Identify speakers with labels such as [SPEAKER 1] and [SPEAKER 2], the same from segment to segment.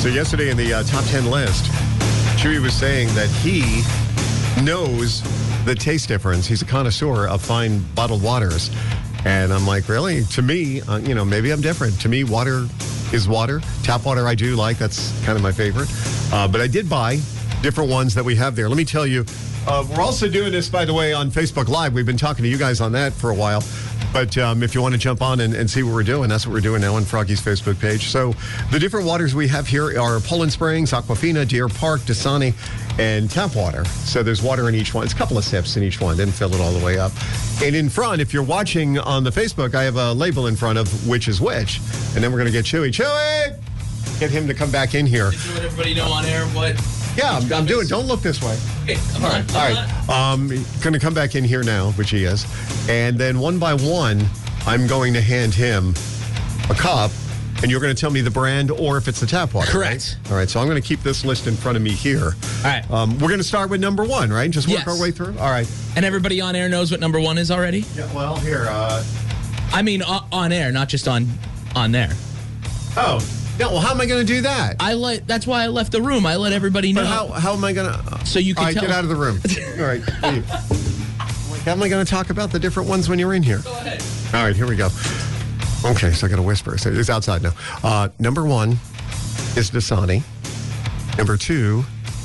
[SPEAKER 1] So yesterday in the uh, top 10 list, Chewy was saying that he knows the taste difference. He's a connoisseur of fine bottled waters. And I'm like, really? To me, uh, you know, maybe I'm different. To me, water is water. Tap water I do like. That's kind of my favorite. Uh, but I did buy different ones that we have there. Let me tell you, uh, we're also doing this, by the way, on Facebook Live. We've been talking to you guys on that for a while. But um, if you want to jump on and, and see what we're doing, that's what we're doing now on Froggy's Facebook page. So the different waters we have here are Poland Springs, Aquafina, Deer Park, Dasani, and tap water. So there's water in each one. It's a couple of sips in each one. Didn't fill it all the way up. And in front, if you're watching on the Facebook, I have a label in front of which is which. And then we're going to get Chewy. Chewy! Get him to come back in here.
[SPEAKER 2] to let everybody know on air what.
[SPEAKER 1] Yeah, I'm, I'm doing. Don't look this way.
[SPEAKER 2] Okay, I'm
[SPEAKER 1] All
[SPEAKER 2] on,
[SPEAKER 1] right,
[SPEAKER 2] I'm
[SPEAKER 1] all
[SPEAKER 2] on.
[SPEAKER 1] right. Um, going to come back in here now, which he is, and then one by one, I'm going to hand him a cup, and you're going to tell me the brand or if it's the tap water.
[SPEAKER 2] Correct.
[SPEAKER 1] right? All right. So I'm going to keep this list in front of me here.
[SPEAKER 2] All right.
[SPEAKER 1] Um, we're going to start with number one, right? Just work
[SPEAKER 2] Yes.
[SPEAKER 1] our way through. All right.
[SPEAKER 2] And everybody on air knows what number one is already.
[SPEAKER 1] Yeah. Well, here. Uh,
[SPEAKER 2] I mean, o- on air, not just on on there.
[SPEAKER 1] oh. Yeah. Well, how am I going to do that?
[SPEAKER 2] I let. That's why I left the room. I let everybody know.
[SPEAKER 1] But how how am I going to?
[SPEAKER 2] So you can
[SPEAKER 1] All right,
[SPEAKER 2] tell.
[SPEAKER 1] get out of the room. All right. leave. How am I going to talk about the different ones when you're in here?
[SPEAKER 2] Go ahead.
[SPEAKER 1] All right, here we go. Okay, so I got to whisper. So it's outside now. Uh, number one is Dasani. Number two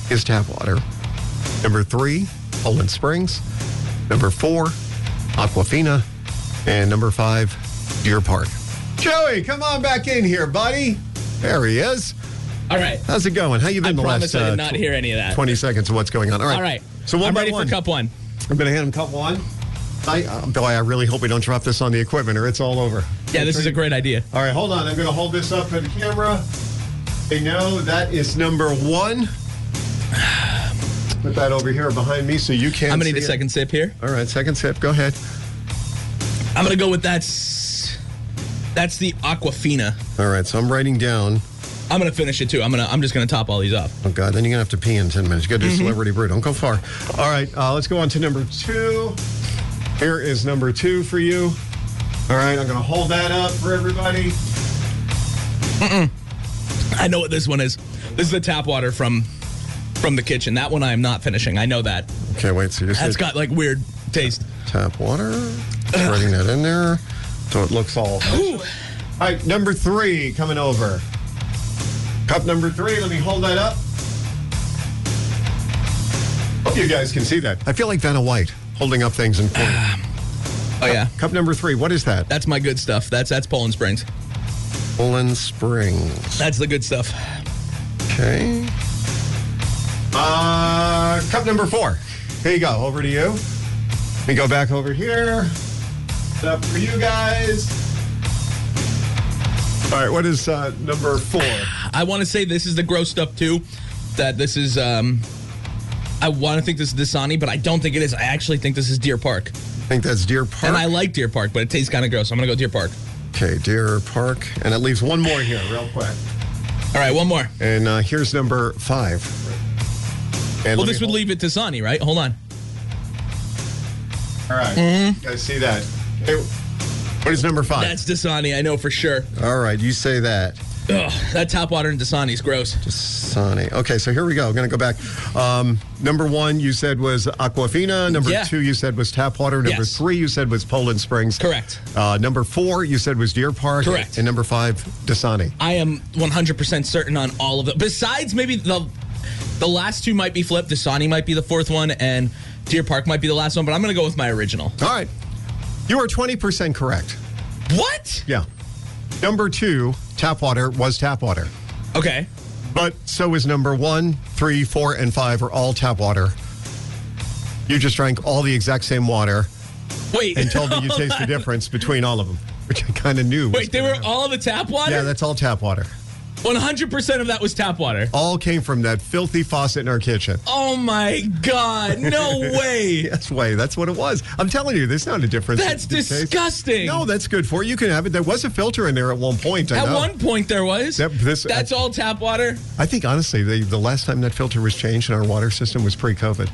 [SPEAKER 1] is tap water. Number three, Poland Springs. Number four, Aquafina. And number five, Deer Park. Joey, come on back in here, buddy. There he is.
[SPEAKER 2] All right.
[SPEAKER 1] How's it going? How you been the
[SPEAKER 2] I promise
[SPEAKER 1] last
[SPEAKER 2] I did
[SPEAKER 1] uh,
[SPEAKER 2] not
[SPEAKER 1] tw-
[SPEAKER 2] hear any of that.
[SPEAKER 1] 20 seconds of what's going on. All right.
[SPEAKER 2] All right.
[SPEAKER 1] So one
[SPEAKER 2] I'm
[SPEAKER 1] by
[SPEAKER 2] ready
[SPEAKER 1] one.
[SPEAKER 2] for cup one.
[SPEAKER 1] I'm going to hand him cup one. I, uh, boy, I really hope we don't drop this on the equipment or it's all over.
[SPEAKER 2] Yeah, this is a great idea.
[SPEAKER 1] All right, hold on. I'm going to hold this up for the camera. They know that is number one. Put that over here behind me so you can't.
[SPEAKER 2] I'm gonna need
[SPEAKER 1] see
[SPEAKER 2] a
[SPEAKER 1] it.
[SPEAKER 2] second sip here.
[SPEAKER 1] All right, second sip. Go ahead.
[SPEAKER 2] I'm gonna go with that's that's the Aquafina.
[SPEAKER 1] All right, so I'm writing down.
[SPEAKER 2] I'm gonna finish it too. I'm gonna I'm just gonna top all these up.
[SPEAKER 1] Oh God, then you're gonna have to pee in ten minutes. You gotta do celebrity brew. Don't go far. All right, uh, let's go on to number two. Here is number two for you. All right, I'm gonna hold that up for everybody.
[SPEAKER 2] I know what this one is. This is the tap water from from the kitchen. That one I am not finishing. I know that.
[SPEAKER 1] Okay, wait. So you just
[SPEAKER 2] That's
[SPEAKER 1] did
[SPEAKER 2] got like weird taste.
[SPEAKER 1] tap water. Spreading that in there, so it looks all.
[SPEAKER 2] Ooh.
[SPEAKER 1] All right, number three coming over. Cup number three. Let me hold that up. Hope you guys can see that. I feel like Vanna White holding up things in court.
[SPEAKER 2] Oh yeah.
[SPEAKER 1] Cup number three. What is that?
[SPEAKER 2] That's my good stuff. That's that's Poland Springs.
[SPEAKER 1] Poland Springs.
[SPEAKER 2] That's the good stuff.
[SPEAKER 1] Okay. Uh, cup number four. Here you go. Over to you. Let me go back over here. It's up for you guys. All right. What is uh, number four?
[SPEAKER 2] I want to say this is the gross stuff too. That this is um I want to think this is Dasani, but I don't think it is. I actually think this is Deer Park.
[SPEAKER 1] I think that's Deer Park.
[SPEAKER 2] And I like Deer Park, but it tastes kind of gross. I'm going to go Deer Park.
[SPEAKER 1] okay, Deer Park. And it leaves one more here, real quick.
[SPEAKER 2] All right, one more.
[SPEAKER 1] And uh, here's number five. And let
[SPEAKER 2] Well, this
[SPEAKER 1] me
[SPEAKER 2] would
[SPEAKER 1] hold-
[SPEAKER 2] leave it to Sonny, right? Hold on.
[SPEAKER 1] All right.
[SPEAKER 2] Mm-hmm.
[SPEAKER 1] You guys see that? Okay, What is number five?
[SPEAKER 2] That's Dasani, I know for sure.
[SPEAKER 1] All right, you say that.
[SPEAKER 2] Ugh, that tap water in Dasani is gross.
[SPEAKER 1] Sani. Okay, so here we go. I'm going to go back. Um, number one, you said was Aquafina. Number
[SPEAKER 2] Yeah.
[SPEAKER 1] two, you said was tap water. Number
[SPEAKER 2] Yes.
[SPEAKER 1] three, you said was Poland Springs.
[SPEAKER 2] Correct.
[SPEAKER 1] Uh, number four, you said was Deer Park.
[SPEAKER 2] Correct.
[SPEAKER 1] And number five, Dasani.
[SPEAKER 2] I am 100% certain on all of it. Besides, maybe the the last two might be flipped. Dasani might be the fourth one, and Deer Park might be the last one. But I'm gonna go with my original.
[SPEAKER 1] All right. You are 20% correct.
[SPEAKER 2] What?
[SPEAKER 1] Yeah. Number two, tap water was tap water.
[SPEAKER 2] Okay.
[SPEAKER 1] But so is number one, three, four, and five are all tap water. You just drank all the exact same water
[SPEAKER 2] Wait.
[SPEAKER 1] and told me you taste the difference between all of them, which I kind of knew. was
[SPEAKER 2] Wait. They
[SPEAKER 1] gonna
[SPEAKER 2] were
[SPEAKER 1] happen.
[SPEAKER 2] all the tap
[SPEAKER 1] Yeah,
[SPEAKER 2] water.
[SPEAKER 1] that's all tap water.
[SPEAKER 2] 100% of that was tap water.
[SPEAKER 1] All came from that filthy faucet in our kitchen.
[SPEAKER 2] Oh my god! No way.
[SPEAKER 1] That's way. That's what it was. I'm telling you, there's not a difference.
[SPEAKER 2] That's
[SPEAKER 1] in taste.
[SPEAKER 2] disgusting.
[SPEAKER 1] No, that's good for you. You can have it. There was a filter in there at one point. I
[SPEAKER 2] At
[SPEAKER 1] know.
[SPEAKER 2] one point there was.
[SPEAKER 1] That- this-
[SPEAKER 2] That's all tap water.
[SPEAKER 1] I think honestly, the, the last time that filter was changed in our water system was pre-COVID.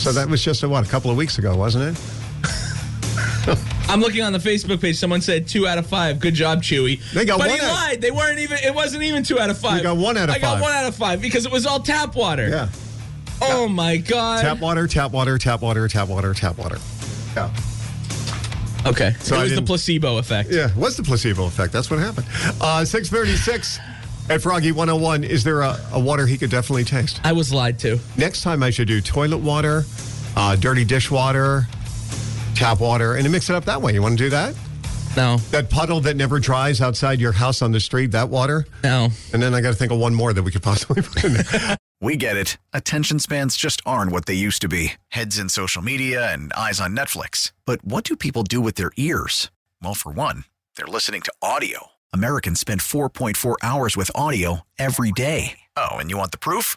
[SPEAKER 1] So that was just a, what a couple of weeks ago, wasn't it?
[SPEAKER 2] I'm looking on the Facebook page. Someone said two out of five. Good job, Chewy.
[SPEAKER 1] They got
[SPEAKER 2] but
[SPEAKER 1] one
[SPEAKER 2] he
[SPEAKER 1] out-
[SPEAKER 2] lied. They weren't even. It wasn't even two out of five.
[SPEAKER 1] You got one out of
[SPEAKER 2] I got
[SPEAKER 1] five.
[SPEAKER 2] one out of five because it was all tap water.
[SPEAKER 1] Yeah.
[SPEAKER 2] Oh my god.
[SPEAKER 1] Tap water, tap water, tap water, tap water, tap water. Yeah.
[SPEAKER 2] Okay.
[SPEAKER 1] So
[SPEAKER 2] it
[SPEAKER 1] I
[SPEAKER 2] was the
[SPEAKER 1] didn't-
[SPEAKER 2] placebo effect.
[SPEAKER 1] Yeah, it was the placebo effect. That's what happened. Uh, 636 at Froggy 101. Is there a, a water he could definitely taste?
[SPEAKER 2] I was lied to.
[SPEAKER 1] Next time I should do toilet water, uh, dirty dishwater, tap water, and then mix it up that way. You want to do that?
[SPEAKER 2] No.
[SPEAKER 1] That puddle that never dries outside your house on the street, that water?
[SPEAKER 2] No.
[SPEAKER 1] And then I got to think of one more that we could possibly put in there.
[SPEAKER 3] We get it. Attention spans just aren't what they used to be heads in social media and eyes on Netflix. But what do people do with their ears? Well, for one, they're listening to audio. Americans spend 4.4 hours with audio every day. Oh, and you want the proof?